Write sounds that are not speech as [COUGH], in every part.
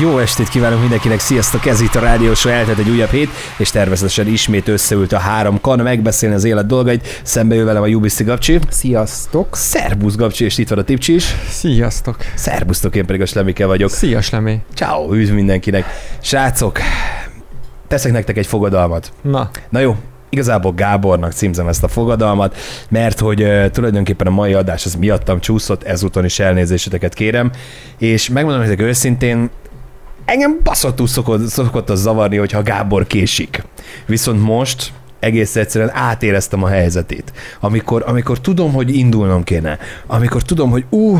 Jó estét kívánok mindenkinek, sziasztok! Ez itt a rádiósó, eltelt egy újabb hét, és természetesen ismét összeült a három kan megbeszélni az élet dolgait. Szembe jön velem a Jubiszti Gabcsi. Sziasztok! Szerbusz Gabcsi, és itt van a Tipcsi is. Sziasztok! Szerbusztok, én pedig a Slemike vagyok. Szia, Slemé! Ciao, üdv mindenkinek. Srácok, teszek nektek egy fogadalmat. Na, Na jó, igazából Gábornak címzem ezt a fogadalmat, mert hogy ö, tulajdonképpen a mai adás az miattam csúszott, ezúton is elnézéseteket kérem, és megmondom nektek őszintén, engem baszottul szokott, szokott az zavarni, hogyha Gábor késik. Viszont most egész egyszerűen átéreztem a helyzetét. Amikor, amikor tudom, hogy indulnom kéne, amikor tudom, hogy ú,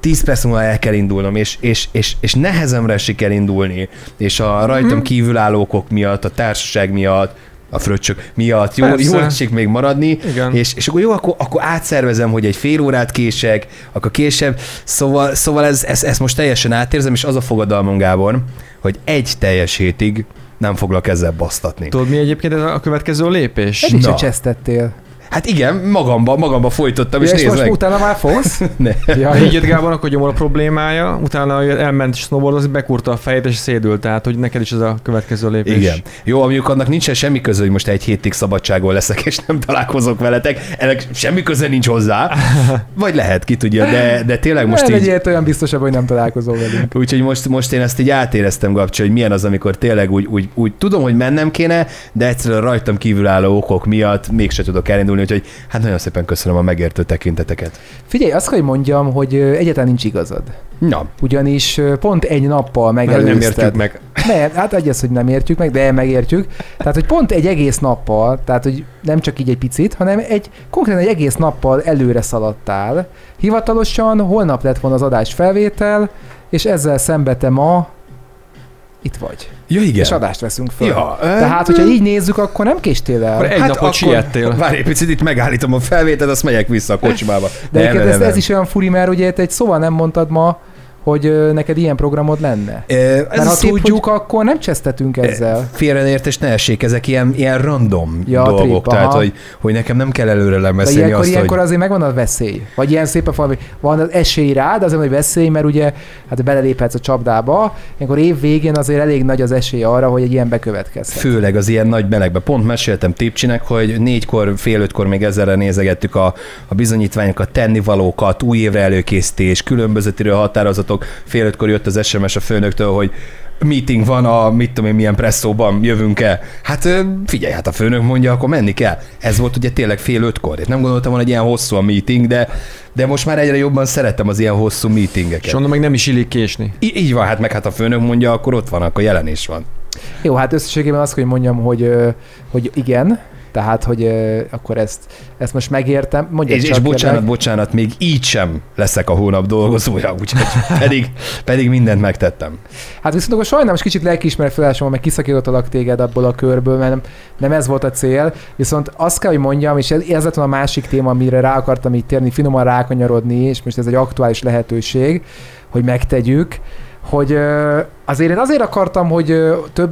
10 perc múlva el kell indulnom, és, és, és, és nehezemre esik elindulni, és a Mhm. rajtam kívülállókok miatt, a társaság miatt, a fröccsök miatt, jól, Persze. jól esik még maradni, igen. és, és akkor jó, akkor, akkor átszervezem, hogy egy fél órát kések, akkor később. Szóval, szóval ez, ez, ezt most teljesen átérzem, és az a fogadalmam, Gábor, hogy egy teljes hétig nem foglak ezzel basztatni. tudod mi egyébként ez a következő lépés? Egy- Egy... Na. Eddig se csesztettél. Hát igen, magamba, magamba folytottam, Ja, és és nézd most meg. utána már [LAUGHS] fogsz? [LAUGHS] Ne. Ja, Ja, higgyed Gábornak, hogy jól a problémája, utána elment snowboardozni, bekurta a fejét és szédült, tehát hogy neked is ez a következő lépés. Igen. Jó, mondjuk annak nincsen semmi köze, hogy most egy hétig szabadságon leszek, és nem találkozok veletek. Ennek semmi köze nincs [LAUGHS] hozzá. Vagy lehet, ki tudja, de, de tényleg most ne így... legyél olyan biztosabb, hogy nem találkozol velünk. Úgyhogy most, most én ezt így átéreztem, Gabcsi, hogy milyen az, amikor tényleg úgy, úgy, úgy tudom, hogy mennem kéne, de egyszerűen rajtam kívülálló okok miatt mégse tudok elindulni, úgyhogy hát nagyon szépen köszönöm a megértő tekinteteket. Figyelj, azt kell, hogy mondjam, hogy ö, egyáltalán nincs igazad. Na, Ugyanis ö, pont egy nappal Mert megelőzted. nem értjük meg. Nem, hát egy az, hogy nem értjük meg, de megértjük. Tehát, hogy pont egy egész nappal, tehát, hogy nem csak így egy picit, hanem egy konkrétan egy egész nappal előre szaladtál. Hivatalosan holnap lett volna az adás felvétel, és ezzel szembe te ma itt vagy. ja igen. És adást veszünk fel. Ja, Tehát, hát, hogyha így Hát nézzük, akkor nem késtél el. Akkor egy napot siettél. Várj egy picit, itt megállítom a felvételt, azt megyek vissza a kocsmába. De egyébként ez, ez is olyan furi, mert ugye te egy szóval nem mondtad ma, hogy ö, neked ilyen programod lenne. Ö, Ez Ez mert a ha szép, hogy tudjuk, hogy... akkor nem csesztetünk ezzel. félreértés ne essék, ezek ilyen, ilyen random ja, Ja, dolgok, trip, trip, tehát aha. hogy, hogy nekem nem kell előre De lemeszélni ilyenkor, azt, ilyenkor hogy... azért megvan a veszély. Vagy ilyen szépen valami, van az esély rád, azért, hogy veszély, mert ugye hát beleléphetsz a csapdába, ilyenkor év végén azért elég nagy az esély arra, hogy egy ilyen bekövetkezhet. Főleg az ilyen nagy melegbe. Pont meséltem Tipcsinek, hogy négykor, fél ötkor még ezerre nézegettük a, a bizonyítványokat, tennivalókat, új évre előkészítés, különbözetérő határozatok. Fél ötkor jött az SMS a főnöktől, hogy meeting van a mit tudom én milyen presszóban, jövünk-e? Hát ö, figyelj, hát a főnök mondja, akkor menni kell. Ez volt ugye tényleg fél ötkor. Én nem gondoltam volna, hogy ilyen hosszú a meeting, de, de most már egyre jobban szeretem az ilyen hosszú És meetingeket. onnan meg nem is illik késni. Í- így van, hát meg hát a főnök mondja, akkor ott van, akkor jelen is van. Jó, hát összességében azt kell, hogy mondjam, hogy, ö, hogy igen, tehát, hogy ö, akkor ezt, ezt most megértem. Mondja És, csak, és bocsánat, kérlek. bocsánat, még így sem leszek a hónap dolgozója, úgyhogy [LAUGHS] pedig, pedig mindent megtettem. Hát viszont akkor sajnálom, most kicsit lelkiismeretfelásom, meg kiszakítottalak téged abból a körből, mert nem, nem ez volt a cél. Viszont azt kell, hogy mondjam, és ez, ez lett volna a másik téma, amire rá akartam így térni, finoman rákanyarodni, és most ez egy aktuális lehetőség, hogy megtegyük, hogy ö, azért én azért akartam, hogy ö, több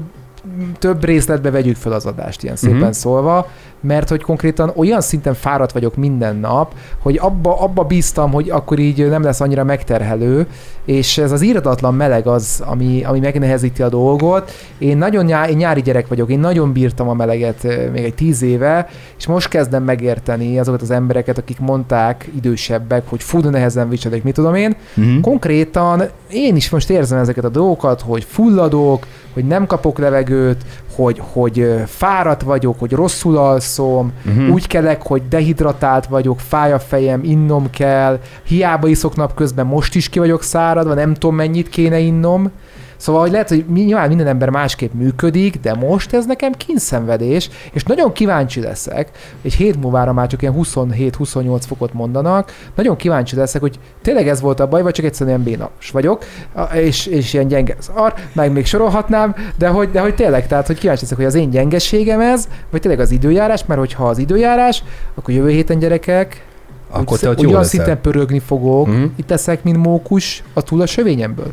több részletbe vegyük fel az adást, ilyen szépen Mhm. uh-huh. szólva, mert hogy konkrétan olyan szinten fáradt vagyok minden nap, hogy abba, abba bíztam, hogy akkor így nem lesz annyira megterhelő, és ez az írdatlan meleg az, ami, ami megnehezíti a dolgot. Én nagyon nyá, én nyári gyerek vagyok, én nagyon bírtam a meleget ö, még egy tíz éve, és most kezdem megérteni azokat az embereket, akik mondták, idősebbek, hogy fú, de nehezen viselik, mit tudom én, Mm-hmm. Konkrétan én is most érzem ezeket a dolgokat, hogy fulladok, hogy nem kapok levegőt, hogy, hogy ö, fáradt vagyok, hogy rosszul alszom, Mhm. mm. úgy kelek, hogy dehidratált vagyok, fáj a fejem, innom kell, hiába iszok napközben, most is ki vagyok száradva, nem tudom mennyit kéne innom. Szóval, hogy lehet, hogy mi- nyilván minden ember másképp működik, de most ez nekem kínszenvedés, és nagyon kíváncsi leszek, egy hét múlvára már csak ilyen 27-28 fokot mondanak, nagyon kíváncsi leszek, hogy tényleg ez volt a baj, vagy csak egyszerűen ilyen bénás vagyok, a- és, és ilyen gyenge az ar, meg még sorolhatnám, de hogy, de hogy tényleg, tehát hogy kíváncsi leszek, hogy az én gyengeségem ez, vagy tényleg az időjárás, mert hogyha az időjárás, akkor jövő héten gyerekek, Akkor úgy- te ott jó olyan leszel. szinten pörögni fogok, Mhm. mm. itt leszek, mint mókus, a túl a sövényemből.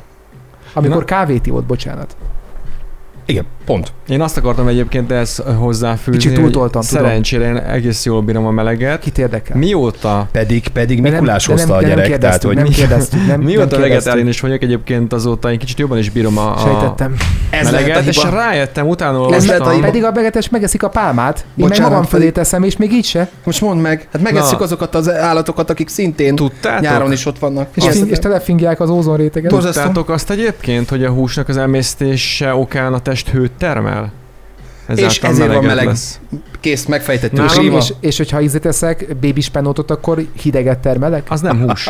Amikor Na. kávét ívott, bocsánat. Igen, pont. Én azt akartam egyébként ezt hozzáfűzni, Kicsit túltoltam, hogy tudom. szerencsére én egész jól bírom a meleget. Kit érdekel? Mióta Pedig, pedig De nem- Mikulás de nem- hozta a de nem gyerek, tehát kérdeztük, hogy nem kérdeztük, nem, nem Mióta kérdeztük. vegetálin is vagyok egyébként azóta, én kicsit jobban is bírom Ah. a, a Sejtettem. [LAUGHS] ez lehet a meleget, és hiba. rájöttem, utána Ez olvastam. lehet a hiba. Pedig a begetes megeszik a pálmát, én meg Bocsánat, magam fölé pedig- teszem, és még így se. Most mondd meg, hát megesszük Na. azokat az állatokat, akik szintén Hát Tudtátok? nyáron is ott vannak. És, Azt- fin- és telefingják az ózonréteget. Tudod, Tudtátok azt egyébként, hogy a húsnak az emésztése okán a test hőt termel? Ezáltal ezért van melegebb meleg. Lesz. kész, megfejtettük. Nálam És, Sima. és, és, hogyha ízét eszek, bébis penótot, akkor hideget termelek? Az nem [LAUGHS] hús.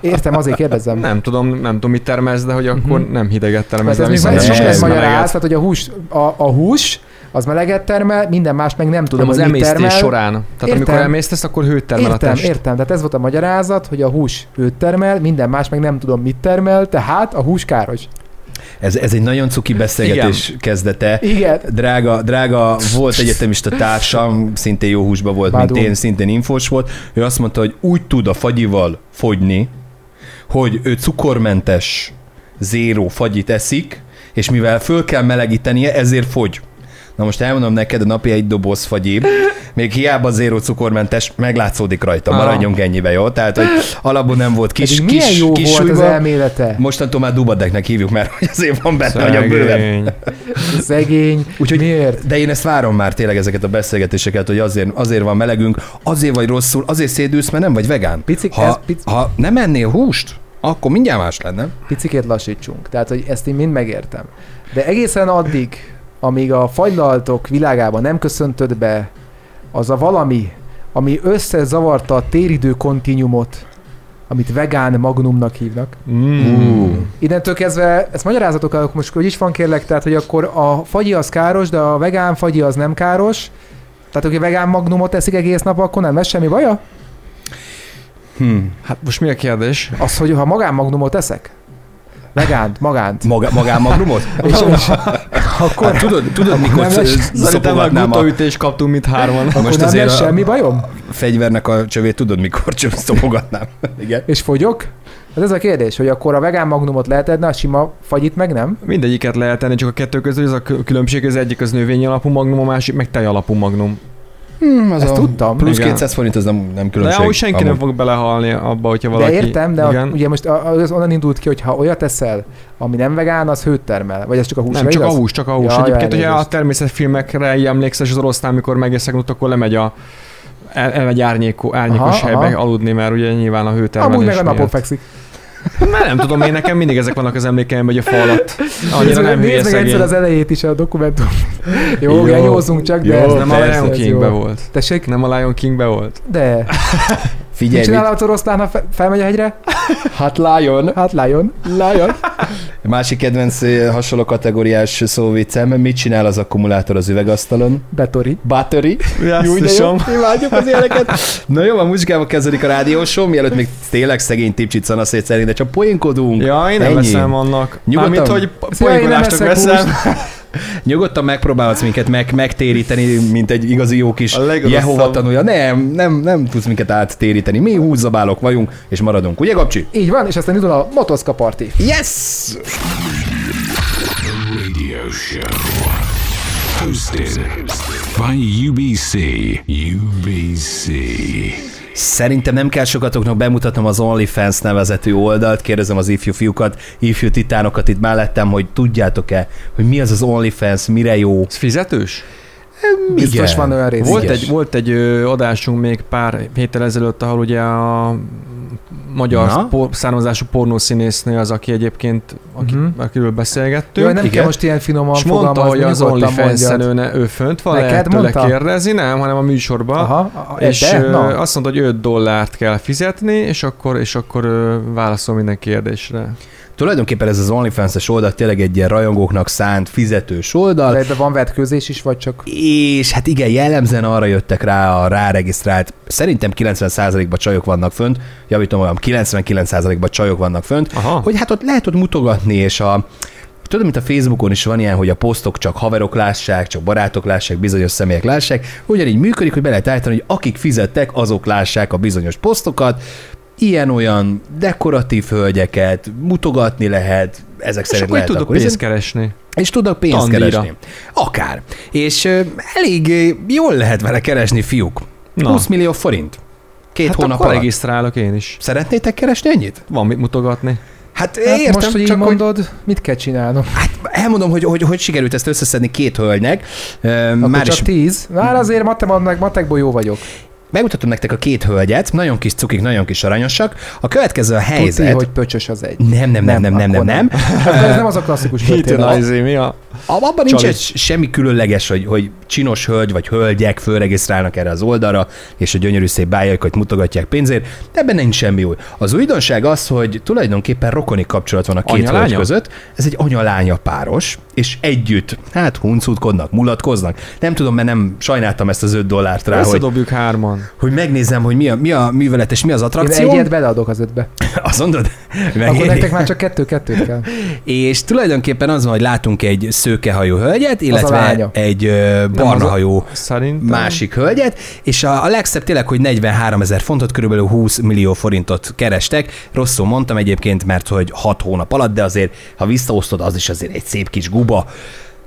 Értem, azért kérdezem. Nem tudom, nem tudom, mit termelsz, de hogy akkor Mhm. nem hideget Mert termelsz, ez még van, viszont ez sok ez ez meleget. magyaráz, tehát hogy a hús, a, a hús az meleget termel, minden más meg nem tudom, Tudom, az hogy mit emésztés termel. során. Tehát Értem. amikor emésztesz, akkor hőt termel a értem, test. értem, tehát ez volt a magyarázat, hogy a hús őt termel, minden más meg nem tudom mit termel, tehát a hús káros. Ez, ez egy nagyon cuki beszélgetés kezdete. Igen, Drága, drága volt egyetemista társam, szintén jó húsba volt, mint Bádó. én, szintén infós volt. Ő azt mondta, hogy úgy tud a fagyival fogyni, hogy ő cukormentes zéró fagyit eszik, és mivel föl kell melegítenie, ezért fogy. Na most elmondom neked, a napi egy doboz fagyi, még hiába zéró cukormentes, meglátszódik rajta. Ah. Maradjunk ennyibe, jó? Tehát, hogy alapból nem volt kis, pedig kis, milyen jó kis volt az súlyba. elmélete. Mostantól már Dubadeknek hívjuk, mert hogy azért van benne, hogy a Szegény. bőven. Szegény, Úgyhogy- Úgyhogy miért? De én ezt várom már tényleg ezeket a beszélgetéseket, hogy azért, azért van melegünk, azért vagy rosszul, azért szédülsz, mert nem vagy vegán. Picik, Ha, ez, pic, ha nem ennél húst, akkor mindjárt más lenne. picikét lassítsunk. Tehát, hogy ezt én mind megértem. De egészen addig, amíg a fagylaltok világában nem köszöntöd be az a valami, ami összezavarta a téridő kontinuumot, amit vegán magnumnak hívnak. Mm. Innentől kezdve, ezt magyarázatok akkor most hogy is van kérlek, tehát hogy akkor a fagyi az káros, de a vegán fagyi az nem káros. Tehát, aki vegán magnumot eszik egész nap, akkor nem lesz semmi baja? Hm. Hát most mi a kérdés? Az, hogy ha magán magnumot eszek? Vegánt, magánt. Maga, magámagrumot? És, és [LAUGHS] akkor, Hát, tudod, tudod mikor [LAUGHS] [LAUGHS] nem lesz- sz- Szerintem már szopogatnám a gutaütést kaptunk, mint hárman. [LAUGHS] akkor most nem azért lesz a- semmi bajom? fegyvernek a csövét, tudod mikor csöv- szopogatnám? [LAUGHS] Igen. És fogyok? Hát ez a kérdés, hogy akkor a vegán magnumot lehet edni, a sima fagyit meg nem? [LAUGHS] Mindegyiket lehet tenni, csak a kettő közül az a kö- különbség, az egyik az növény alapú magnum, a másik meg tej alapú magnum. Hmm, az Ezt tudtam. Plusz Igen. 200 forint, az nem, nem De különbség. amúgy senki nem amúgy. fog belehalni abba, hogyha Valaki, valaki... de értem, de a, igen. ugye most a- az onnan indult ki, hogy ha olyat eszel, ami nem vegán, az hőt termel. Vagy ez csak a húsra Nem, csak igaz? a hús, csak a hús. Ja, Ja, ja, Egyébként, ja, elnézést. a természetfilmekre így emlékszel, és az oroszlán, amikor megeszek, akkor lemegy a el, elmegy árnyéko, árnyékos Aha, helybe aha. aludni, mert ugye nyilván a hőtermelés Amúgy meg a napon miatt. fekszik. Már nem tudom, én nekem mindig ezek vannak az emlékeimben, hogy a fa alatt. Annyira Nézd meg- nem hülye nézd meg egyszer szegény. az elejét is a dokumentum. Jó, Jó. genyózunk csak, Jó, de ez Ez nem a persze, Lion ez Kingbe jó. volt. Tessék, Nem a Lion Kingbe volt. de. Mit Figyelj, csinál az oroszlán, ha fe- felmegy a hegyre? hát lájon. Hát lájon. Lion. Másik kedvenc eh, hasonló kategóriás szóviccem, mit csinál az akkumulátor az üvegasztalon? Betori. Battery. Jó, de jó, imádjuk az ilyeneket. [LAUGHS] Na jó, a muzsikába kezdődik a rádiósó, mielőtt még tényleg szegény tipcsit szanaszét szerint, de csak poénkodunk. Ja, én nem Ennyi. veszem annak. Nyugodtan. Mármint, hogy Szia, én nem poénkodásnak eszek veszem. Nyugodtan megpróbálhatsz minket meg, megtéríteni, mint egy igazi jó kis A legrosszabb. Jehova tanulja. Nem, nem, nem tudsz minket áttéríteni. Mi húzzabálok vagyunk, és maradunk. Ugye, Gabcsi? Így van, és aztán indul a motoszka parti. Yes! Radio show. Hosted by UBC. UBC. Szerintem nem kell sokatoknak bemutatnom az OnlyFans nevezetű oldalt, kérdezem az ifjú fiúkat, ifjú titánokat itt mellettem, hogy tudjátok-e, hogy mi az az OnlyFans, mire jó. Ez fizetős? Biztos Igen. van olyan rész. Volt Igen. egy, volt egy ö, adásunk még pár héttel ezelőtt, ahol ugye a Na? magyar por, származású pornószínésznő az, aki egyébként, aki, Mhm. uh-huh. akiről beszélgettünk. Jaj, nem igen. kell most ilyen finoman és mondta, fogalmazni, hogy az nyugodtan OnlyFans-en mondjad. ő, ne- ő fönt van, Neked lehet tőle mondta? kérdezni, nem, hanem a műsorban. Aha, a- És de? ö, Na. azt mondta, hogy 5 dollárt kell fizetni, és akkor, és akkor ö, válaszol minden kérdésre. Tulajdonképpen ez az OnlyFans-es oldal tényleg egy ilyen rajongóknak szánt fizetős oldal, De ebben van vetkőzés is, vagy csak... és hát igen, jellemzően arra jöttek rá a ráregisztrált, szerintem 90%-ban csajok vannak fönt, javítom olyan, 99%-ban csajok vannak fönt, Aha. hogy hát ott lehet ott mutogatni, és a Tudom, mint a Facebookon is van ilyen, hogy a posztok csak haverok lássák, csak barátok lássák, bizonyos személyek lássák. Ugyanígy működik, hogy be lehet állítani, hogy akik fizettek, azok lássák a bizonyos posztokat. Ilyen-olyan dekoratív hölgyeket mutogatni lehet, ezek És szerint akkor így lehet tudok akkor izé- pénzt keresni. és tudnak pénzt Tandíjra. keresni. Akár. És ö, elég ö, jól lehet vele keresni, fiúk. Na. Na. 20 millió forint. Két hát hát hónap akkor alatt. regisztrálok én is. Szeretnétek keresni ennyit? Van mit mutogatni. Hát, Hát hát értem, most, hogy így csak hogy mondod, mit kell csinálnom? elmondom, hogy, hogy hogy sikerült ezt összeszedni két hölgynek. Ö, Akkor Már csak is 10. Már azért matek, matekból jó vagyok. bemutatom nektek a két hölgyet, nagyon kis cukik, nagyon kis aranyosak. A következő a helyzet. Tudni, hogy pöcsös az egy. Nem, nem, nem, nem, nem, nem, akkor nem. [LAUGHS] Akkor ez nem az a klasszikus Hitőn történet. az mi a... Ab- Abban nincs Csali. egy semmi különleges, hogy, hogy csinos hölgy vagy hölgyek fölregisztrálnak erre az oldalra, és a gyönyörű szép bájaikat mutogatják pénzért, de ebben nincs semmi új. Az újdonság az, hogy tulajdonképpen rokoni kapcsolat van a két Anya-lánya? hölgy között. Ez egy anyalánya páros, és együtt, hát huncutkodnak, mulatkoznak. Nem tudom, mert nem sajnáltam ezt az 5 dollárt rá, hogy, Összedobjuk hárman. hogy, megnézem, hogy mi a, mi a művelet és mi az Én attrakció. egyet beleadok az ötbe. [LAUGHS] Azt mondod? [LAUGHS] Akkor Megéri? nektek már csak kettő-kettőt kell. És tulajdonképpen az van, hogy látunk egy szőkehajú hölgyet, illetve lánya. egy ö, az barna a- hajú Szerintem. másik hölgyet, és a, a legszebb tényleg, hogy 43 ezer fontot, körülbelül 20 millió forintot kerestek. Rosszul mondtam egyébként, mert hogy 6 hónap alatt, de azért, ha visszaosztod, az is azért egy szép kis guba.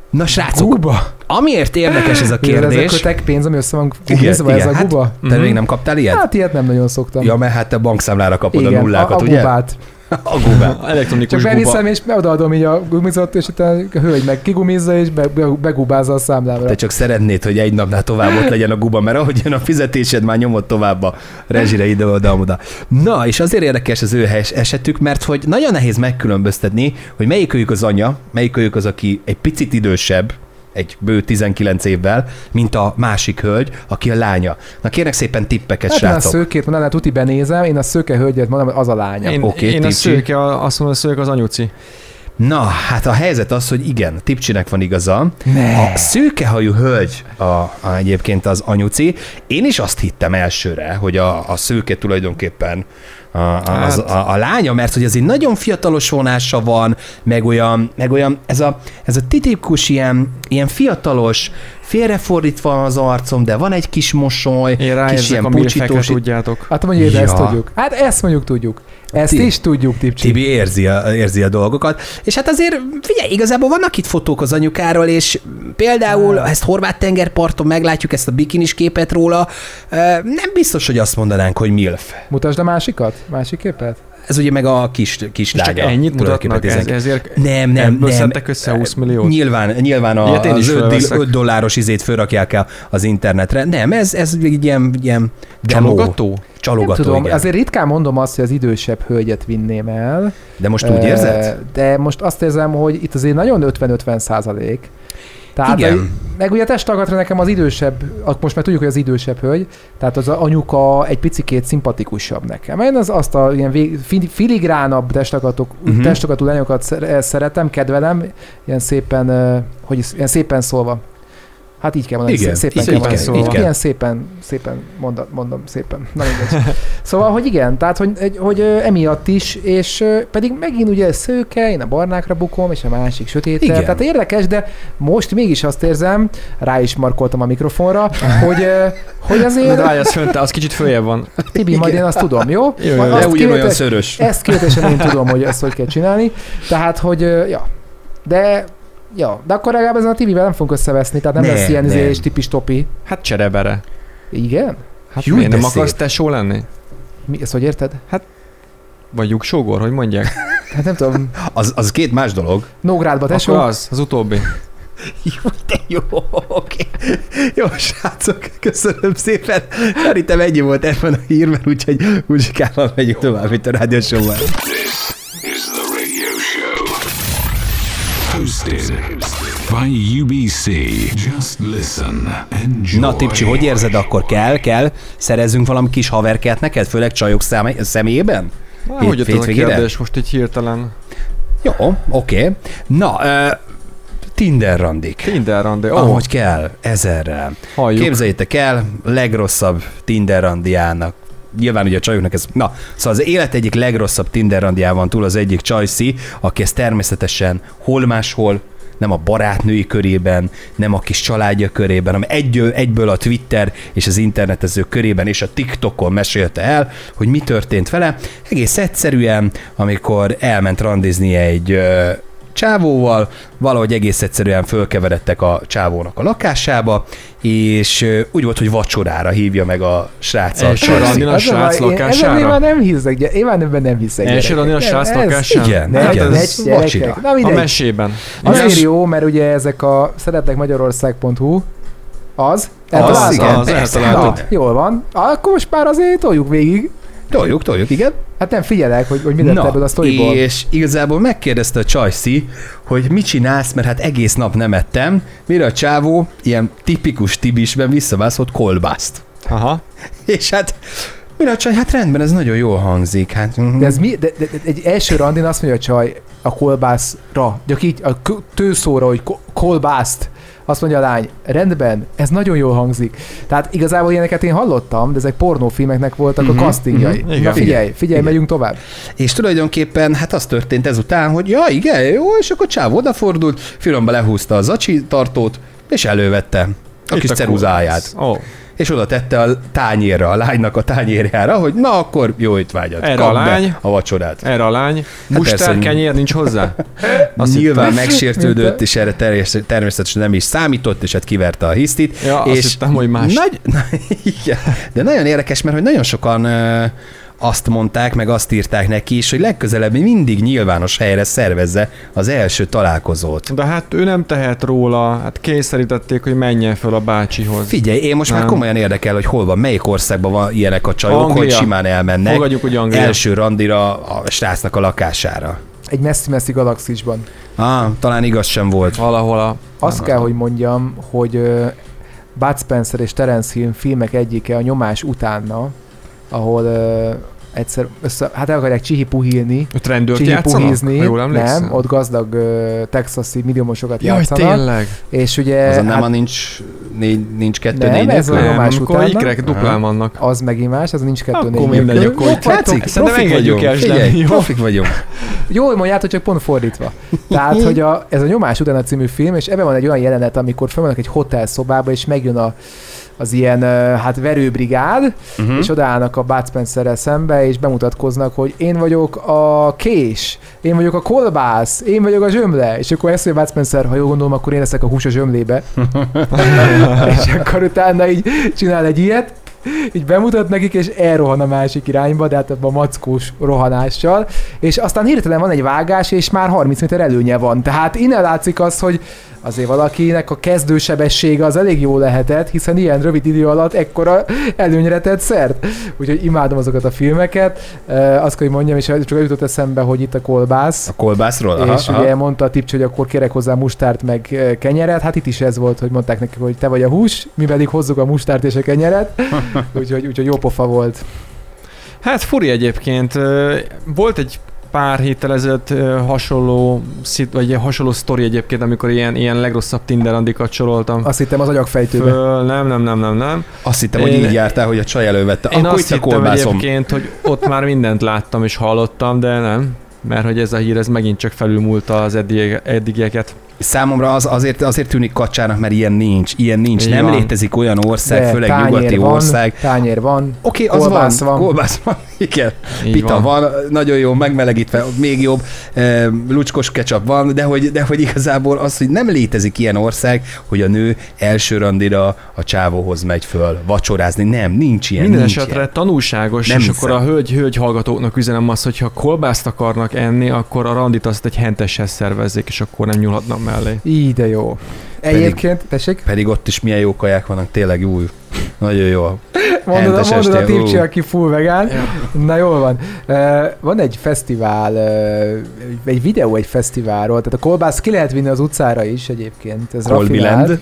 Na srácok, guba. amiért érdekes ez a Kérdés. Ez a kérdés, kötek pénz, ami össze van gubbizva, ez a hát guba? te még nem kaptál ilyet? Hát ilyet nem nagyon szoktam. Ja, mert hát te bankszámlára kapod a Igen, nullákat, a, a ugye? gubát. A gubát. Elektronikus Csak guba. beviszem és odaadom így a gumizot, és utána a hölgy meg kigumizza, és be, be, begubázza a számlámra. Te csak szeretnéd, hogy egy napnál tovább ott legyen a guba, mert ahogy jön a fizetésed, már nyomod tovább a rezsire ide oda oda Na, és azért érdekes az ő hes- esetük, mert hogy nagyon nehéz megkülönböztetni, hogy melyikőjük az anya, melyikőjük az, aki egy picit idősebb, egy bő 19 évvel, mint a másik hölgy, aki a lánya. Na kérek szépen tippeket, Hát én a srácok. szőkét mondanám, tuti benézem, én a szőke hölgyet mondom, hogy az a lánya. Én, Oké, én a Tipcsi. szőke, a- azt mondom, a szőke az anyuci. Na, hát a helyzet az, hogy igen, Tipcsinek van igaza. Ne. A szőkehajú hölgy a, a, egyébként az anyuci. Én is azt hittem elsőre, hogy a, a szőke tulajdonképpen a, a, Hát. az, a, a lánya, mert hogy ez egy nagyon fiatalos vonása van, meg olyan, meg olyan ez, a, ez a tipikus ilyen, ilyen fiatalos, félrefordítva van az arcom, de van egy kis mosoly, Én kis ráérzek ilyen a milfekre, pucsitós. tudjátok. Hát mondja, hogy Ja. ezt tudjuk. Hát ezt mondjuk tudjuk. Ezt Ti- is tudjuk, Tipcsi. Tibi érzi a, érzi a dolgokat. És hát azért, figyelj, igazából vannak itt fotók az anyukáról, és például ezt horvát tengerparton meglátjuk, ezt a bikinis képet róla. Ö, Nem biztos, hogy azt mondanánk, hogy MILF. Mutasd a másikat? Másik képet? Ez ugye meg a kis, kis És csak lánya. ennyit tulajdonképpen mutatnak, ez, 12. ezért Nem, nem, ebből nem. szedtek össze 20 milliót. Nyilván, nyilván a, Ilyet én is az 5, fölveszek. 5 dolláros izét fölrakják el az internetre. Nem, ez, ez egy ilyen, ilyen demo. Csalogató? Csalogató, nem tudom, igen. azért ritkán mondom azt, hogy az idősebb hölgyet vinném el. De most úgy Eh, érzed? De most azt érzem, hogy itt azért nagyon 50-50 százalék. Tehát Igen. a- Meg ugye a testalkatra nekem az idősebb, ak- most már tudjuk, hogy az idősebb hölgy, tehát az a anyuka egy picikét szimpatikusabb nekem. Én az, azt a ilyen vég, fi- filigránabb testalkatú Mhm. uh-huh. lányokat szer- eh, szeretem, kedvelem, ilyen szépen, eh, hogy is, ilyen szépen szólva. Hát így kell mondani, Igen, szé- szépen így kell kell, mondani. így kell. Szóval Ilyen szépen, szépen mondat, mondom, szépen. Na mindegy. Szóval, hogy igen, tehát, hogy, egy- hogy ö, emiatt is, és ö, pedig megint ugye szőke, én a barnákra bukom, és a másik sötét. Igen. Tehát érdekes, de most mégis azt érzem, rá is markoltam a [LAUGHS] mikrofonra, hogy, ö, hogy De azért, várj, az fönt, az kicsit följebb van. Tibi, majd én azt tudom, jó? Jó, jó, Majd jó. azt E- Ne ugyanolyan kivétel- szörös. ezt kérdésen én tudom, hogy ezt hogy kell csinálni. Tehát, hogy, ö, ja. De, ja. De akkor legalább ezen a TV-vel nem fogunk összeveszni, tehát nem, Nem, nem lesz ilyen nem. izé és tipis-topi. Hát cserebere. Igen? Hát Júj, miért de nem szép. akarsz tesó lenni? Mi, ezt hogy érted? Vagy jugsógor, hogy mondják? Hát nem tudom. Az, az két más dolog. Nógrádba tesó. Akkor az, az utóbbi. Jó, de jó, oké. Jó, srácok, köszönöm szépen. Szerintem ennyi volt ebben a hírben, úgyhogy muzsikával megyünk tovább itt a rádiósóval. Is the radio show. Hosted by UBC. Just listen. Enjoy. Na, Tipcsi, hogy érzed akkor? Kell, kell? Szerezzünk valami kis haverkát neked, főleg csajok szám- személyében? Hát, hogy jött az a hétvégére? kérdés most így hirtelen? Jó, oké. Na, uh, Tinder randik. Tinder randi. Ó, Ahogy kell, ezerrel. halljuk. Képzeljétek el, legrosszabb Tinder randiának. Nyilván ugye a csajoknak ez... Na, szóval az élet egyik legrosszabb Tinder randián van túl az egyik csajszi, aki ezt természetesen hol máshol, nem a barátnői körében, nem a kis családja körében, hanem egy, egyből a Twitter és az internetező körében és a TikTokon mesélte el, hogy mi történt vele. Egész egyszerűen, amikor elment randizni egy ö, csávóval, valahogy egész egyszerűen fölkeveredtek a csávónak a lakásába, és ö, úgy volt, hogy vacsorára hívja meg a srác a Egy csajt. randi- Én a Ez a srác baj, én- lakására? Ezen én már nem hiszek, gy- én már ebben nem hiszek. Első gyerekek. a srác Ez- lakásán? igen, Ne, Hát igen. ne, ez ez ne, gyerekek. vacsira. Na a mindegy. mesében. Azért Igen. jó, mert ugye ezek a szeretlek Magyarország.hu, Az, az, eltaláltad? igen, az persze, eltaláltad. hát, Na, jól van. Akkor most már azért toljuk végig. Toljuk, toljuk, igen. Hát nem figyelek, hogy, hogy mi lett ebből a sztoriból. és igazából megkérdezte a Csajci, hogy mit csinálsz, mert hát egész nap nem ettem, mire a csávó ilyen tipikus tibisben visszavászolt kolbászt. Aha. És hát mire a csaj, hát rendben, ez nagyon jól hangzik. Hát, De ez mi? De, de, de egy első randin azt mondja a csaj a kolbászra, gyak így a k- tőszóra, hogy ko- kolbászt, azt mondja a lány, rendben, ez nagyon jól hangzik. Tehát igazából ilyeneket én hallottam, de ezek pornófilmeknek voltak Mhm, a castingjai. mhm, Na igen. figyelj, figyelj, Igen. megyünk tovább. És tulajdonképpen hát az történt ezután, hogy ja igen, jó, és akkor csávó odafordult, filomba lehúzta a zacsi tartót, és elővette a Itt kis ceruzáját. Ó, És oda tette a tányérra, a lánynak a tányérjára, hogy na akkor jó étvágyat, Erre kapd a be lány. a vacsorát. erre a lány. Hát persze, Mustár, hogy- kenyér nincs hozzá? Azt Nyilván hittem. megsértődött, és erre terjes- természetesen nem is számított, és hát kiverte a hisztit. Ja, azt és hittem, hogy más. Nagy, [LAUGHS] na, igen, de nagyon érdekes, mert hogy nagyon sokan ö, azt mondták, meg azt írták neki is, hogy legközelebb mindig nyilvános helyre szervezze az első találkozót. De hát ő nem tehet róla, hát kényszerítették, hogy menjen föl a bácsihoz. Figyelj, én most már Nem. komolyan érdekel, hogy hol van, melyik országban van ilyenek a csajok, Anglia. hogy Anglia. simán elmennek Fogadjuk, hogy Anglia. első randira a srácnak a lakására. Egy messzi-messzi galaxisban. Ah, talán igaz sem volt. Valahol a... Azt kell, hogy mondjam, hogy ö, Bud Spencer és Terence Hill filmek egyike a nyomás utána, ahol ö, egyszer össze, hát el akarják csihipuhilni, Öt rendőrt játszanak? csihipuhízni, Ha jól emlékszem. nem, ott gazdag ö, texasi milliómosokat Jaj, játszanak, tényleg. és ugye Azon nem hát a nincs, négy, nincs kettő, Nem, négy ez nélkül? a- E, Nem, nyomás amikor utána. ikrek duplán vannak. az megint más, az nincs kettő Akkor négy mindegy, nélkül. akkor itt Jó, Látszik, profik- Szerintem engedjük el, Zsdán, Figyelj, jó? profik vagyunk. Jól mondjátok, csak pont fordítva. Tehát, hogy a, ez a Nyomás utána című film, és ebben van egy olyan jelenet, amikor felmennek egy hotel szobába, és megjön a, az ilyen, ö, hát verőbrigád, Mhm. Uh-huh. és odaállnak a Bud Spencerrel szembe, és bemutatkoznak, hogy én vagyok a kés, én vagyok a kolbász, én vagyok a zsömle, és akkor ezt mondja Bud Spencer, ha jól gondolom, akkor én leszek a hús a zsömlébe. [LAUGHS] és akkor utána így csinál egy ilyet, így bemutat nekik, és elrohan a másik irányba, de hát ebben a mackós rohanással, és aztán hirtelen van egy vágás, és már 30 méter előnye van. Tehát innen látszik az, hogy azért valakinek a kezdősebessége az elég jó lehetett, hiszen ilyen rövid idő alatt ekkora előnyre tett szert. Úgyhogy imádom azokat a filmeket. Ö, Azt kell, hogy mondjam, és csak jutott eszembe, hogy itt a kolbász, A kolbászról? aha, és aha. ugye mondta a tipcs, hogy akkor kérek hozzá mustárt meg ö, kenyeret. Hát itt is ez volt, hogy mondták neki, hogy te vagy a hús, mi pedig hozzuk a mustárt és a [LAUGHS] kenyeret. Úgyhogy, úgyhogy jó pofa volt. Hát furi egyébként. Ö, Volt egy pár héttel ezelőtt ö, hasonló, szit- vagy egy hasonló sztori egyébként, amikor ilyen, ilyen legrosszabb Tinder andikat csoroltam. Azt hittem az agyagfejtőben. Föl, nem, nem, nem, nem, nem. Azt hittem, hogy Én- így jártál, hogy a csaj elővette. Én Akkor azt itt a hittem kolbászom. egyébként, hogy ott már mindent láttam és hallottam, de nem. Mert hogy ez a hír, ez megint csak felülmúlta az eddig, eddigieket. Számomra az, azért, azért tűnik kacsának, mert ilyen nincs. Ilyen nincs. Így Nem van. létezik olyan ország, De főleg tányér nyugati van, ország. Tányér van. Oké, okay, az Kolbász van. van. Kolbász van. [LAUGHS] Igen. Így Pita van. van. nagyon jó, megmelegítve, még jobb, e, lucskos ketchup van, de hogy, de hogy igazából az, hogy nem létezik ilyen ország, hogy a nő első randira a csávóhoz megy föl vacsorázni. Nem, nincs ilyen. Minden nincs esetre ilyen. tanulságos, Nem és hiszem. akkor a hölgy, hölgy hallgatóknak üzenem azt, hogy ha kolbászt akarnak enni, akkor a randit azt egy hentessel szervezzék, és akkor nem nyúlhatnak mellé. Így de jó. Egyébként, tessék, Pedig ott is milyen jó kaják vannak, tényleg új. Nagyon jó. mondod, a- hentes mondod a este, tipcsi, ú. aki full vegán. Na jól van. Ö, Van egy fesztivál, ö, egy videó egy fesztiválról, tehát a kolbász ki lehet vinni az utcára is egyébként. Ez Kolbiland. rafinált.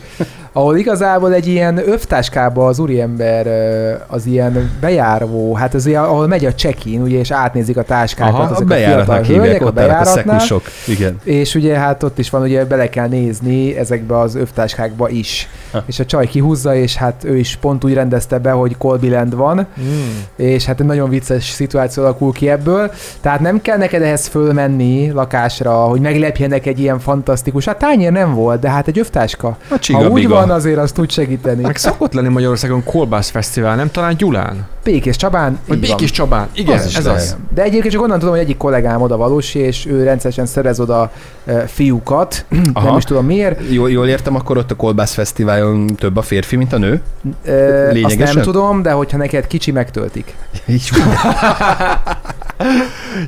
ahol igazából egy ilyen övtáskába az úriember ö, az ilyen bejáró, hát ez ilyen, ahol megy a check-in, ugye, és átnézik a táskákat, Aha, a ezek a, fiatal bejáratnak hölgyek hívják, a ott állnak a bejáratnál. szekusok. Igen. És ugye hát ott is van, ugye bele kell nézni ezekbe az övtáskákba is. Ha. És a csaj kihúzza, és hát ő is pont úgy rendezte be, hogy Colby Land van, Mm. és hát egy nagyon vicces szituáció alakul ki ebből. Tehát nem kell neked ehhez fölmenni lakásra, hogy meglepjenek egy ilyen fantasztikus. Hát tányér nem volt, de hát egy övtáska. A ha úgy csigabiga. van, azért azt tud segíteni. Meg szokott lenni Magyarországon kolbász fesztivál, nem talán Gyulán? Békés Csabán, Vagy így van. Békés Csabán. Igen, Az is ez lehet. az. De egyébként csak onnan tudom, hogy egyik kollégám oda valós, és ő rendszeresen szerez oda e, fiúkat, [CLEARS THROAT] Aha. nem Aha. is tudom miért. Jól, jól értem, akkor ott a Kolbász Fesztiválon több a férfi, mint a nő? [LAUGHS] E, azt nem Lényegesen? tudom, de hogyha neked kicsi, megtöltik. Így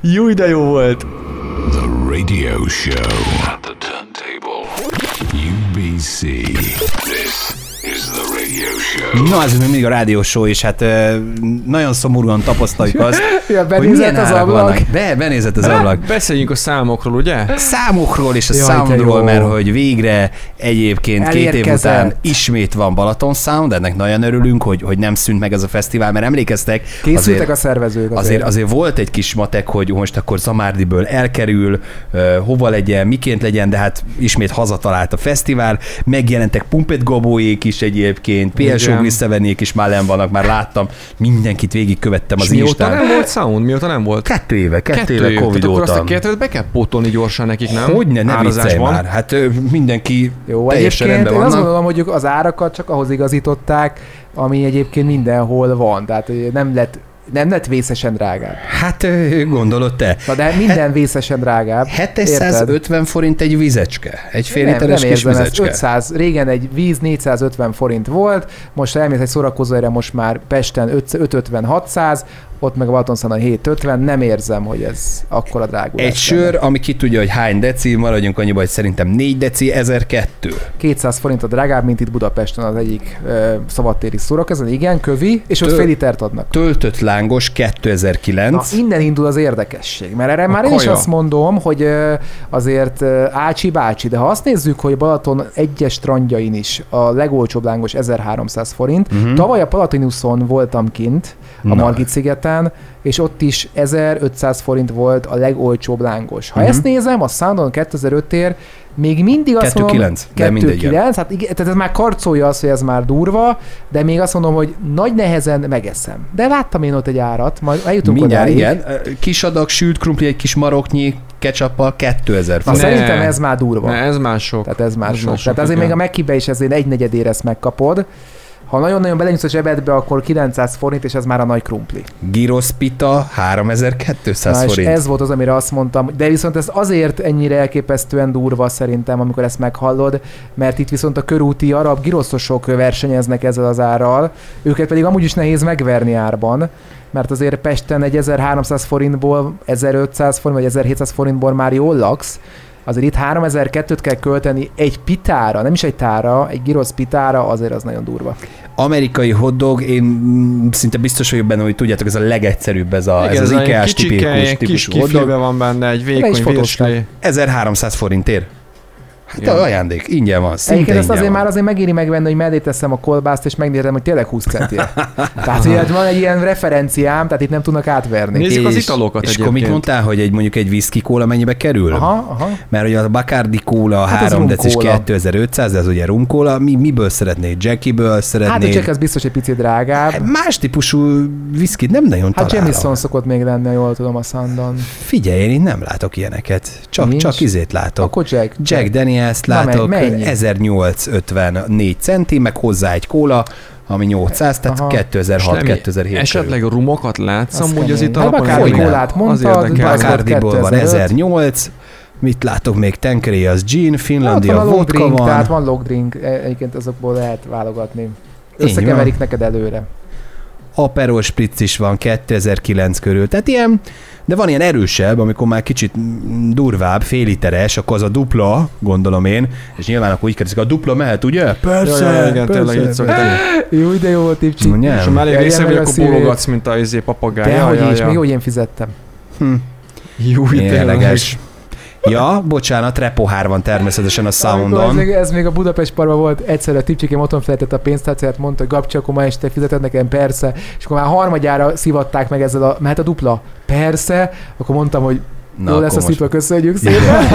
Jó, de jó volt. The radio show. At the turntable. UBC. This is the radio show. Na, ez még mindig a rádiósó, és hát ö, nagyon szomorúan tapasztaljuk azt, Ja, hogy benézett milyen az árak ablak. vannak. Be, benézett az ablak. Beszéljünk a számokról, ugye? számokról és a Jaj, Jaj, de soundról, jó. mert hogy végre egyébként két év Elérkezett. után ismét van Balaton Sound, ennek nagyon örülünk, hogy, hogy nem szűnt meg ez a fesztivál, mert emlékeztek, Készültek azért, a szervezők azért, azért volt egy kis matek, hogy most akkor Zamárdiből elkerül, ö, hova legyen, miként legyen, de hát ismét hazatalált a fesztivál, megjelentek Pumpet Gobóék is egyébként, PSO Igen. Gliszevenék is már len vannak, már láttam, mindenkit végigkövettem És az mióta Instán. nem volt sound? Mióta nem volt? Kettő éve, kettő, Kettőjük. éve Covid Tehát akkor azt óta. a kettőt be kell pótolni gyorsan nekik, nem? Hogyne, ne viccelj Árazásban. már. Hát ö, mindenki Jó, teljesen egyébként rendben én azt van. gondolom, hogy ők az árakat csak ahhoz igazították, ami egyébként mindenhol van. Tehát hogy nem lett, nem lett vészesen drágább. Hát ö, gondolod te. Na de minden vészesen drágább. 750 forint egy vizecske. Egy fél nem, literes nem kis érzem ezt. vizecske. 500, régen egy víz 450 forint volt, most ha elmész egy szórakozóra, most már Pesten 550-600, ott meg Balatonszana 750, nem érzem, hogy ez akkora drágulás. Egy sör, ami ki tudja, hogy hány deci, maradjunk annyiba, hogy szerintem 4 deci, 1002. 200 forint a drágább, mint itt Budapesten az egyik ö, szabadtéri szórakozón. Igen, kövi, és ott Tő- fél litert adnak. Töltött lángos 2009. Na, innen indul az érdekesség, mert erre már én is kaja. azt mondom, hogy ö, azért ö, ácsi-bácsi, de ha azt nézzük, hogy Balaton egyes strandjain is a legolcsóbb lángos 1300 forint, Mhm. mm-hmm. tavaly a Palatinuson voltam kint, a Na. Margit-szigeten, és ott is 1500 forint volt a legolcsóbb lángos. Ha Mhm. ezt nézem, a Soundon 2005 ér még mindig azt mondom... 2,9, de mindegy. 2,9, hát igen, tehát ez már karcolja azt, hogy ez már durva, de még azt mondom, hogy nagy nehezen megeszem. De láttam én ott egy árat, majd eljutunk Mindjárt, odáig. igen. Ö, Kis adag sült krumpli, egy kis maroknyi, ketchuppal 2000 Na, forint. Ne. szerintem ez már durva. Ne, ez már sok. Tehát ez már Ez már sok. sok, Tehát azért igen. még a Mekibe is ezért egy negyedére ezt megkapod. Ha nagyon-nagyon belenyúlsz a zsebedbe, akkor 900 forint, és ez már a nagy krumpli. Giroszpita 3200 és forint. ez volt az, amire azt mondtam, de viszont ez azért ennyire elképesztően durva szerintem, amikor ezt meghallod, mert itt viszont a körúti arab giroszosok versenyeznek ezzel az árral, őket pedig amúgy is nehéz megverni árban, mert azért Pesten egy 1300 forintból, 1500 forint vagy 1700 forintból már jól laksz, azért itt 3002-t kell költeni egy pitára, nem is egy tára, egy girosz pitára, azért az nagyon durva. amerikai hotdog, én mm, szinte biztos vagyok benne, hogy tudjátok, ez a legegyszerűbb, ez, a, ez az ilyen IKEA-s kicsike, tipikus, ilyen kis típusú hotdog. kiflibe van benne, egy vékony fotóztam. virslé. 1300 forintért. Hát Ja. ja. ajándék, ingyen van, szinte Egyébként ezt ingyen azért van. már azért megéri megvenni, hogy mellé teszem a kolbászt, és megnézem, hogy tényleg 20 [LAUGHS] centje. tehát hogy hát van egy ilyen referenciám, tehát itt nem tudnak átverni. Nézzük az És- italokat És akkor egyébként. mit mondtál, hogy egy mondjuk egy whisky kóla mennyibe kerül? Aha, aha. Mert ugye a Bacardi kóla, a Hát ez 3 decis rumkóla. 2500, de ez ugye rumkóla. Mi, miből szeretnéd? Jackieből Hát a szeretnéd? Jack az biztos egy picit drágább. Hát Más típusú whisky nem nagyon Hát találom. Jameson szokott még lenni, ha jól tudom, a Sandon. Figyelj, én itt nem látok ilyeneket. Csak, Nincs? csak izét látok. Akkor Jack. Jack Daniels Na, látok, men- mennyi? 1854 centi, meg hozzá egy kóla, ami 800, tehát Aha. És nem- 2006-2007 körül. Esetleg rumokat látsz Az amúgy az kemény. itt Hát alapon? Bacardi Igen. kólát Az mondtad, érdekel. Bacardi- Bacardiból van 2005. 1008, mit látok még, Tankeray az gin, Ott van Finlandia a long vodka drink, van, tehát van long drink, e- egyébként azokból lehet válogatni. van. Összekeverik neked előre. Aperol Spritz is van 2009 körül, tehát ilyen, de van ilyen erősebb, amikor már kicsit mm, durvább, fél literes, akkor az a dupla, gondolom én, és nyilván akkor úgy kérdezik, a dupla mehet, ugye? Persze, Jaj, jaj, igen, tényleg így szokták. Jó, de jó volt, Tipcsi. Mondja? És Nem. már elég Jaj, részeg, jaj, hogy meg a akkor szívét. bólogatsz, mint a izé papagáj. De Ja, hogy ja, is, ja. még hogy én fizettem. Jó, tényleg. Tényleges. Ja, bocsánat, repohár van természetesen a Amikor Ez soundon. még, ez még a Budapest parban volt, egyszer a tipcsikém otthon feltett a pénztárcáját, mondta, hogy Gabcsi, akkor ma este fizetett nekem, persze. És akkor már harmadjára szivatták meg ezzel a, mehet a dupla, persze. Akkor mondtam, hogy Na, jó lesz a akkor most- szitva, köszönjük szépen.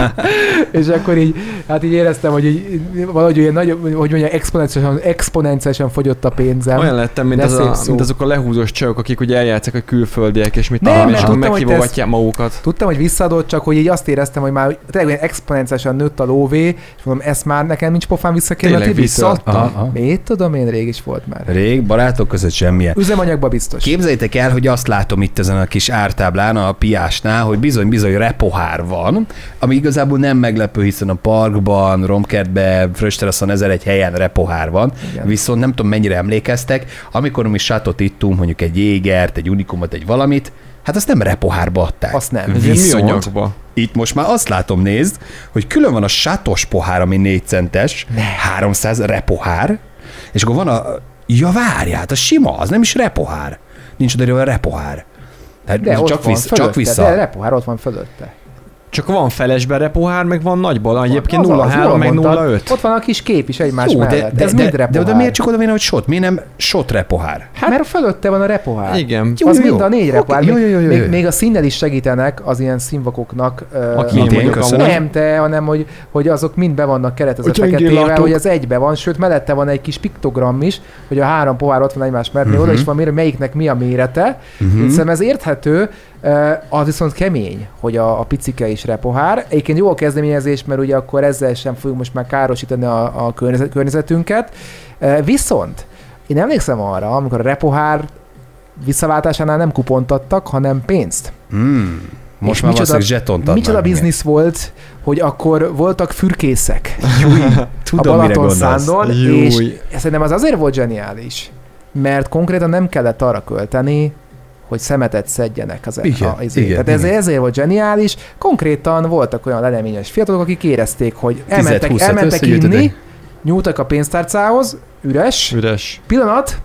[LAUGHS] és akkor így, hát így éreztem, hogy így, valahogy ilyen nagy, hogy mondjam, exponenciálisan, exponenciálisan fogyott a pénzem. Olyan lettem, mint, De az a, szép szó. mint azok a lehúzós csajok, akik ugye eljátszák a külföldiek, és mit Nem, tudom, én, és mert akkor tudtam, hogy te meghívogatják magukat. Tudtam, hogy visszaadott, csak hogy így azt éreztem, hogy már tényleg olyan exponenciálisan nőtt a lóvé, és mondom, ezt már nekem nincs pofám visszakérni a Tényleg Tibitől. visszaadta? Aha, aha. Miért tudom, én rég is volt már. Rég barátok között semmilyen. Üzemanyagba biztos. Képzeljétek el, hogy azt látom itt ezen a kis ártáblán, a piásnál, hogy bizony-bizony repohár van, ami igazából nem meglepő, hiszen a parkban, Romkertben, Frösteraszon ezer egy helyen repohár van, Igen. viszont nem tudom mennyire emlékeztek, amikor mi sátot ittunk, mondjuk egy jégert, egy unikumot, egy valamit, hát azt nem repohárba adták. Azt nem. Ez ilyen Viszont műanyagba. itt most már azt látom, nézd, hogy külön van a sátos pohár, ami 4 centes, 300 repohár, és akkor van a... Ja, várj, hát a sima, az nem is repohár. Nincs oda írva repohár. Hát De ott csak, van vissza, fölötte, csak vissza. De repohár ott van fölötte. Csak van felesbe repohár, meg van nagyban, egyébként Az az, 0,3 jól meg mondtad. 0,5. Ott van a kis kép is egymás Jó, Jó, de, mellett. de, Ez de, mind de, repohár. de, miért csak oda van, hogy sot? Miért nem sot repohár? Hát, mert fölötte van a repohár. Igen, Jó, az jó. mind a négy Oké, repohár. jó, jó, jó, jó, még, jó. még, a színnel is segítenek az ilyen színvakoknak. ö, Aki Na, én tényleg, vagyok köszönöm. amúgy. nem te, hanem hogy, hogy azok mind be vannak keretezve Hogy gyöngén feketével, látok. hogy az egybe van, sőt mellette van egy kis piktogram is, hogy a három pohár ott van egymás mellett, uh-huh. oda is van mér, melyiknek mi a mérete. Mhm. Uh-huh. Szerintem ez érthető, ö, az viszont kemény, hogy a, a picike is repohár. Egyébként jó a kezdeményezés, mert ugye akkor ezzel sem fogjuk most már károsítani a, a környezet, környezetünket. Ö, Viszont én emlékszem arra, amikor a repohár visszaváltásánál nem kupont adtak, hanem pénzt. Hmm. Most És már micsoda- valószínűleg zsetont adnak Micsoda meg. biznisz volt, hogy akkor voltak fürkészek Tudom, a mire Balaton gondolsz. szándon, és Júj. szerintem az azért volt zseniális, mert konkrétan nem kellett arra költeni, hogy szemetet szedjenek az Igen, a, igen, Tehát ez, igen. ezért volt zseniális. Konkrétan voltak olyan leleményes fiatalok, akik érezték, hogy elmentek, 10-et elmentek összegyűjtöttek. inni, nyúltak a pénztárcához, üres, Üres. pillanat,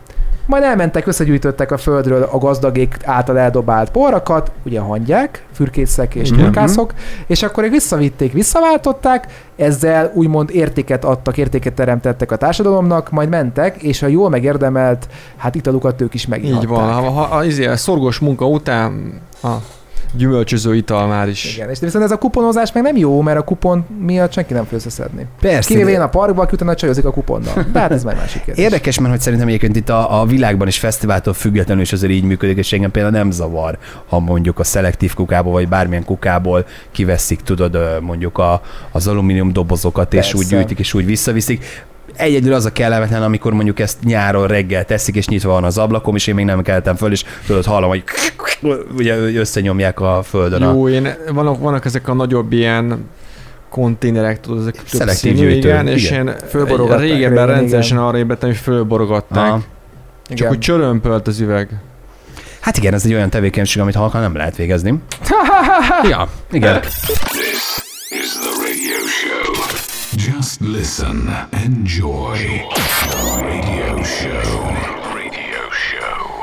majd elmentek, összegyűjtöttek a földről a gazdagék által eldobált porrakat, ugye hangyák, fürkészek és Igen. nyurkászok, és akkor ők visszavitték, visszaváltották, ezzel úgymond értéket adtak, értéket teremtettek a társadalomnak, majd mentek, és a jól megérdemelt, hát italukat ők is megihatták. Így van. Ha, ha, ha, izé, a szorgos munka után a gyümölcsöző ital már is. Igen, és viszont ez a kuponozás meg nem jó, mert a kupon miatt senki nem fog összeszedni. Persze. Kirvén a parkba, aki utána csajozik a kuponnal. De hát ez már egy másik kérdés. Érdekes, mert hogy szerintem egyébként itt a, a világban is fesztiváltól függetlenül is azért így működik, és engem például nem zavar, ha mondjuk a szelektív kukából, vagy bármilyen kukából kiveszik, tudod, ö, mondjuk a, az alumínium dobozokat, és Persze. úgy gyűjtik, és úgy visszaviszik. Egyedül az a kellemetlen, amikor mondjuk ezt nyáron reggel teszik, és nyitva van az ablakom, és én még nem keltem föl, és tudod, hallom, hogy ugye összenyomják a földön a Jó, én, vannak, vannak ezek a nagyobb ilyen konténerek, tudod, ezek több Szelektív színű, gyűjtő. igen, és Igen. én Fölborogatták régebben régen, rendszeresen igen. arra ébredtem, hogy fölborogatták. Aha. Csak úgy csörömpölt az üveg. Hát igen, ez egy olyan tevékenység, amit halkan nem lehet végezni. ja, igen. Is the radio show. Just listen. Enjoy. Radio show. Radio show.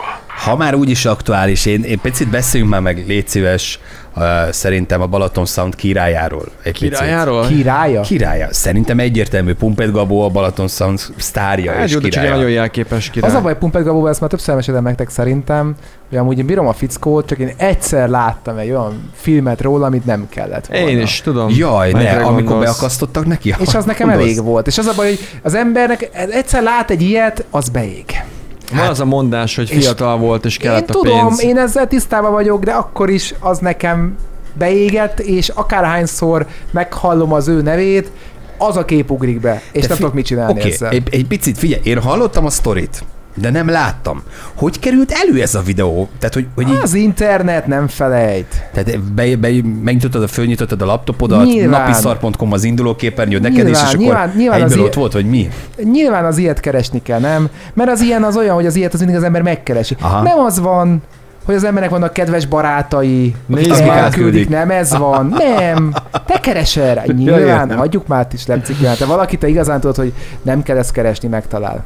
Ha már úgyis aktuális, én, én picit beszéljünk már meg, légy szíves, uh, szerintem a Balaton Sound királyáról. Egy Királyáról? Királya? Picit. Királya. Szerintem egyértelmű Pumpet Gabó a Balaton Sound sztárja Hát és jó, de csak egy királya. nagyon jelképes király. Az a baj, Pumped Gabóval ezt már többször meséltem nektek szerintem, hogy amúgy én bírom a fickót, csak én egyszer láttam egy olyan filmet róla, amit nem kellett volna. Én is tudom. Jaj, ne, Melyikre amikor gondolsz? beakasztottak neki. És az nekem Gondolsz? elég volt. És az a baj, hogy az embernek egyszer lát egy ilyet, az beég. Van az a mondás, hogy És- fiatal volt Hát és Én kellett a tudom, pénz. én ezzel tisztában vagyok, de akkor is az nekem beégett, és akárhányszor meghallom az ő nevét, az a kép ugrik be, és Te nem fi- tudok mit csinálni Oké, ezzel. egy, egy picit, figyelj, én hallottam a sztorit, de nem láttam. Hogy került elő ez a videó? Tehát, hogy, hogy így, Az internet nem felejt. tehát be, be, megnyitottad, a- fölnyitottad a laptopodat, Nyilván. napiszar.com az indulóképernyőd neked, és, és Nyilván, akkor nyilván, nyilván az egyből i- ott volt, hogy mi? Nyilván az ilyet keresni kell, nem? Mert az ilyen az olyan, hogy az ilyet az mindig az ember megkeresi. Aha. Aha. Nem az van, hogy az embernek vannak kedves barátai, Nézd, akik mi elküldik, átküldik. nem ez van, nem, te keresel rá, nyilván, értem. hagyjuk már is lepcikülni, te valaki te igazán tudod, hogy nem kell ezt keresni, megtalál.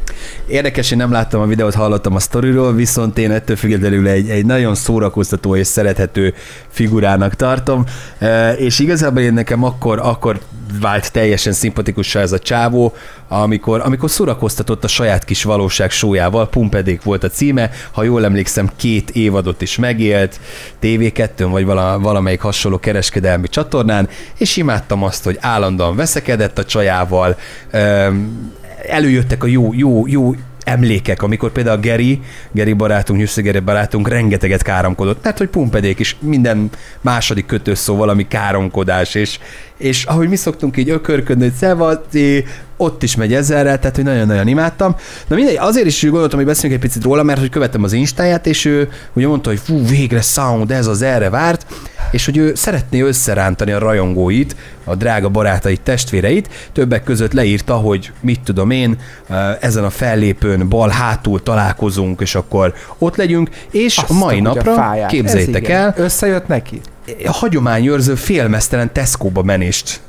Érdekes, én nem láttam a videót, hallottam a sztoriról, viszont én ettől függetlenül egy, egy nagyon szórakoztató és szerethető figurának tartom, E, és igazából én nekem akkor, akkor vált teljesen szimpatikussá ez a csávó, amikor, amikor szórakoztatott a saját kis valóság sójával, Pumpedék volt a címe, ha jól emlékszem, két évadot is megélt, TV2-n vagy vala, valamelyik hasonló kereskedelmi csatornán, és imádtam azt, hogy állandóan veszekedett a csajával, e, Öm, előjöttek a jó, jó, jó emlékek, amikor például Geri, Geri barátunk, Nyüsszi Geri barátunk rengeteget káromkodott, mert hogy pumpedék is minden második kötőszó valami káromkodás, és, és ahogy mi szoktunk így ökörködni, hogy szevasz, é, ott is megy ezerrel, tehát hogy nagyon-nagyon imádtam. Na mindegy, azért is gondoltam, hogy beszéljünk egy picit róla, mert hogy követtem az instáját, és ő ugye mondta, hogy fú, végre sound, ez az erre várt, és hogy ő szeretné összerántani a rajongóit, a drága barátait, testvéreit. Többek között leírta, hogy mit tudom én, eh, ezen a fellépőn bal hátul találkozunk, és akkor ott legyünk, és Azt Azt mai tudja, napra, fáját. Ez képzeljétek igen. el, Összejött neki? a hagyományőrző félmeztelen Tesco-ba menést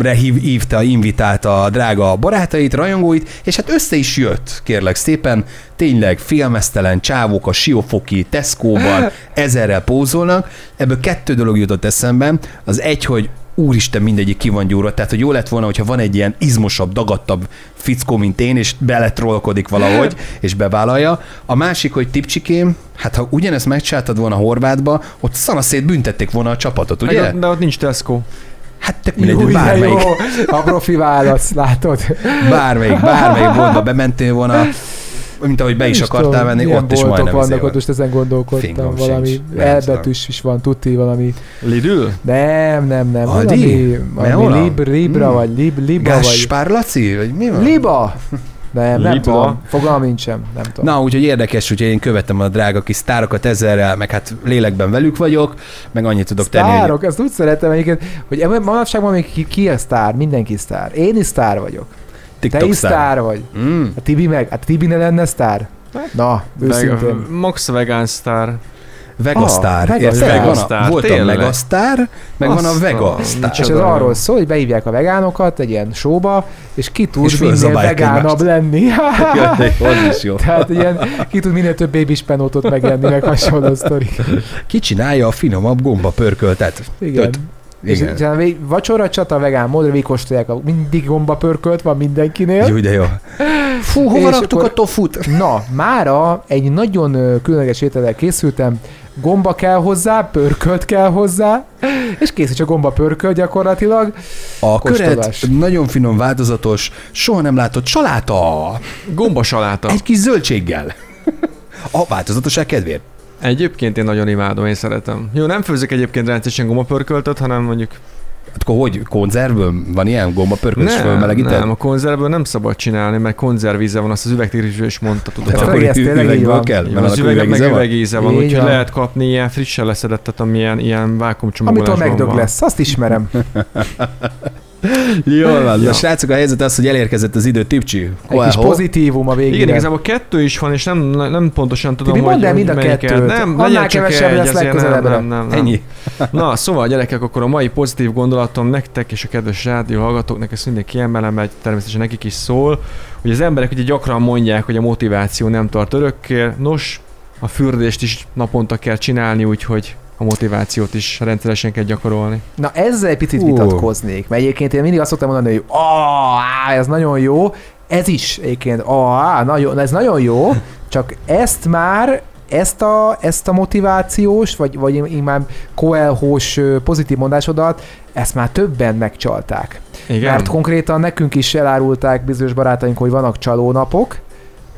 re hív, hívta, invitálta a drága barátait, rajongóit, és hát össze is jött, kérlek szépen, tényleg félmeztelen csávók a siófoki Tesco-ban ezerrel pózolnak. Ebből kettő dolog jutott eszembe. Az egy, hogy úristen, mindegyik ki van gyúrva. Tehát, hogy jó lett volna, hogyha van egy ilyen izmosabb, dagadtabb fickó, mint én, és beletrolkodik valahogy, és bevállalja. A másik, hogy tipcsikém, hát ha ugyanezt megcsináltad volna Horvátba, ott szanaszét büntették volna a csapatot, ugye? De, de ott nincs Tesco. Hát tök mindegy, de bármelyik, jó, a profi válasz, látod? bármelyik, bármelyik boltba bementél volna, mint ahogy be is Nem akartál tudom, menni, milyen ott is boltok majdnem izé vannak, ott volt. most ezen gondolkodtam, Fingom valami sincs. Nem elbetűs is van, tuti, valami, Lidl? nem, nem, nem, Aldi? valami, valami Meola? lib, libra, Mm. vagy lib, liba, vagy... Gáspár Laci? Vagy mi van? Liba! Nem, nem Liba. tudom. Fogalmam nincsen, nem tudom. Na, úgyhogy érdekes, úgyhogy én követem a drága kis sztárokat ezerrel, meg hát lélekben velük vagyok, meg annyit tudok tenni, hogy Sztárok, ezt úgy szeretem egyébként, hogy em- manapság van még ki, ki a sztár, mindenki sztár. Én is sztár vagyok. Te TikTok is sztár. sztár vagy. Mm. A Tibi meg, a Tibi ne lenne sztár. Hát, Na, őszintén. Veg- Max Vegan Star. Vegasztár. Ah, Ah, Érted? Van Vegasztár. a, Vegasztár, volt a tényleg. megasztár, meg van a Aztán, [LAUGHS] vegasztár. És ez Csoda. arról szól, hogy behívják a vegánokat egy ilyen showba, és ki tud És minél fölzabálják vegánabb lenni. Jaj, de jó, az is jó. [LAUGHS] Tehát ilyen, ki tud minél több babyspenótot megenni, meg hasonló sztori. Ki csinálja a finomabb gomba pörköltet? Igen. Öt. És Igen. utána vég- vacsora, csata, vegán módra, végigkóstolják, a- mindig gomba pörkölt van mindenkinél. Jó, de jó. Fú, hova És raktuk akkor- a tofut? Na, mára egy nagyon ö, különleges étellel készültem. Gomba kell hozzá, pörkölt kell hozzá, és kész is a gomba pörkölt gyakorlatilag. A Kóstolás. köret nagyon finom, változatos, soha nem látott saláta. Gomba saláta. Egy kis zöldséggel. A változatosság kedvéért. Egyébként én nagyon imádom, én szeretem. Jó, nem főzök egyébként rendszeresen gomapörköltöt, hanem mondjuk... Hát akkor hogy? Konzervből van ilyen gombapörkölés Nem, fölmelegített? nem, a konzervből nem szabad csinálni, mert konzervíze van, azt az üvegtírisből is mondta, tudod. Ez Hát a Hát, akkor ez ü- tényleg így üvegből van. kell? az Mert annak üvegnek meg üvegíze van? üvegíze van, Így úgyhogy van. lehet kapni ilyen frissen leszedettet, ami ilyen, ilyen vákumcsomagolásban Amitől megdög van. lesz, azt ismerem. Jól van. Ja. Na, srácok, a helyzet az, hogy elérkezett az idő tipcsi. Egy kis Ho-ho. pozitívum a végén. Igen, igazából kettő is van, és nem, nem pontosan tudom, Tibi, hogy, mondd el hogy mind a melyiket. kettőt. Nem, Annál legyen csak kevesebb egy, lesz azért nem, legközelebbre. nem, nem, nem. Ennyi. Na, szóval gyerekek, akkor a mai pozitív gondolatom nektek és a kedves rádió hallgatóknak, ezt mindig kiemelem, mert természetesen nekik is szól, hogy az emberek ugye gyakran mondják, hogy a motiváció nem tart örökké. Nos, a fürdést is naponta kell csinálni, úgyhogy a motivációt is rendszeresen kell gyakorolni. Na ezzel egy picit Hú. vitatkoznék, mert egyébként én mindig azt szoktam mondani, hogy "Á, á, ez nagyon jó, ez is egyébként, "Á, á, nagyon, ez nagyon jó, csak ezt már ezt a, ezt a motivációs, vagy, vagy inkább koelhós ö, pozitív mondásodat, ezt már többen megcsalták. Igen. Mert konkrétan nekünk is elárulták bizonyos barátaink, hogy vannak csalónapok,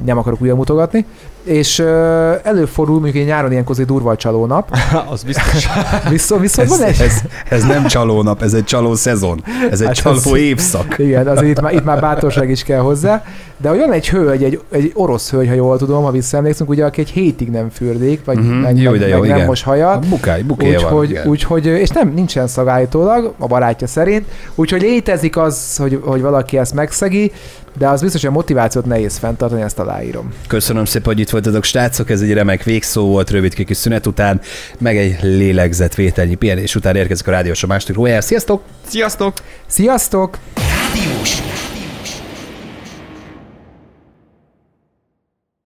nem akarok újra mutogatni, és ö, előfordul, mondjuk én nyáron ilyenkor azért durva a csalónap, [LAUGHS] az biztos. viszont, viszont Ez, van egy... ez, ez nem csalónap, ez egy csaló szezon. Ez egy Hát ez- csaló évszak. Igen, azért itt már, itt már bátorság is kell hozzá. De olyan egy hölgy, egy, egy orosz hölgy, ha jól tudom, ha visszaemlékszünk, ugye, aki egy hétig nem fürdik, vagy Mhm, mm-hmm, meg, jó, meg, de jó, meg nem igen. Hát mos hajat. Bukáj, bukéja van. Úgyhogy, igen. úgyhogy, és nem, nincsen szagállítólag, a barátja szerint, úgyhogy létezik az, hogy, hogy valaki ezt megszegi, de az biztos, hogy a motivációt nehéz fenntartani, ezt aláírom. Köszönöm szépen, hogy itt folytatok, srácok, ez egy remek végszó volt rövid kis szünet után, meg egy lélegzetvételnyi pihenés után érkezik a rádiós a második rójára. Sziasztok! Sziasztok! Sziasztok! Rádiós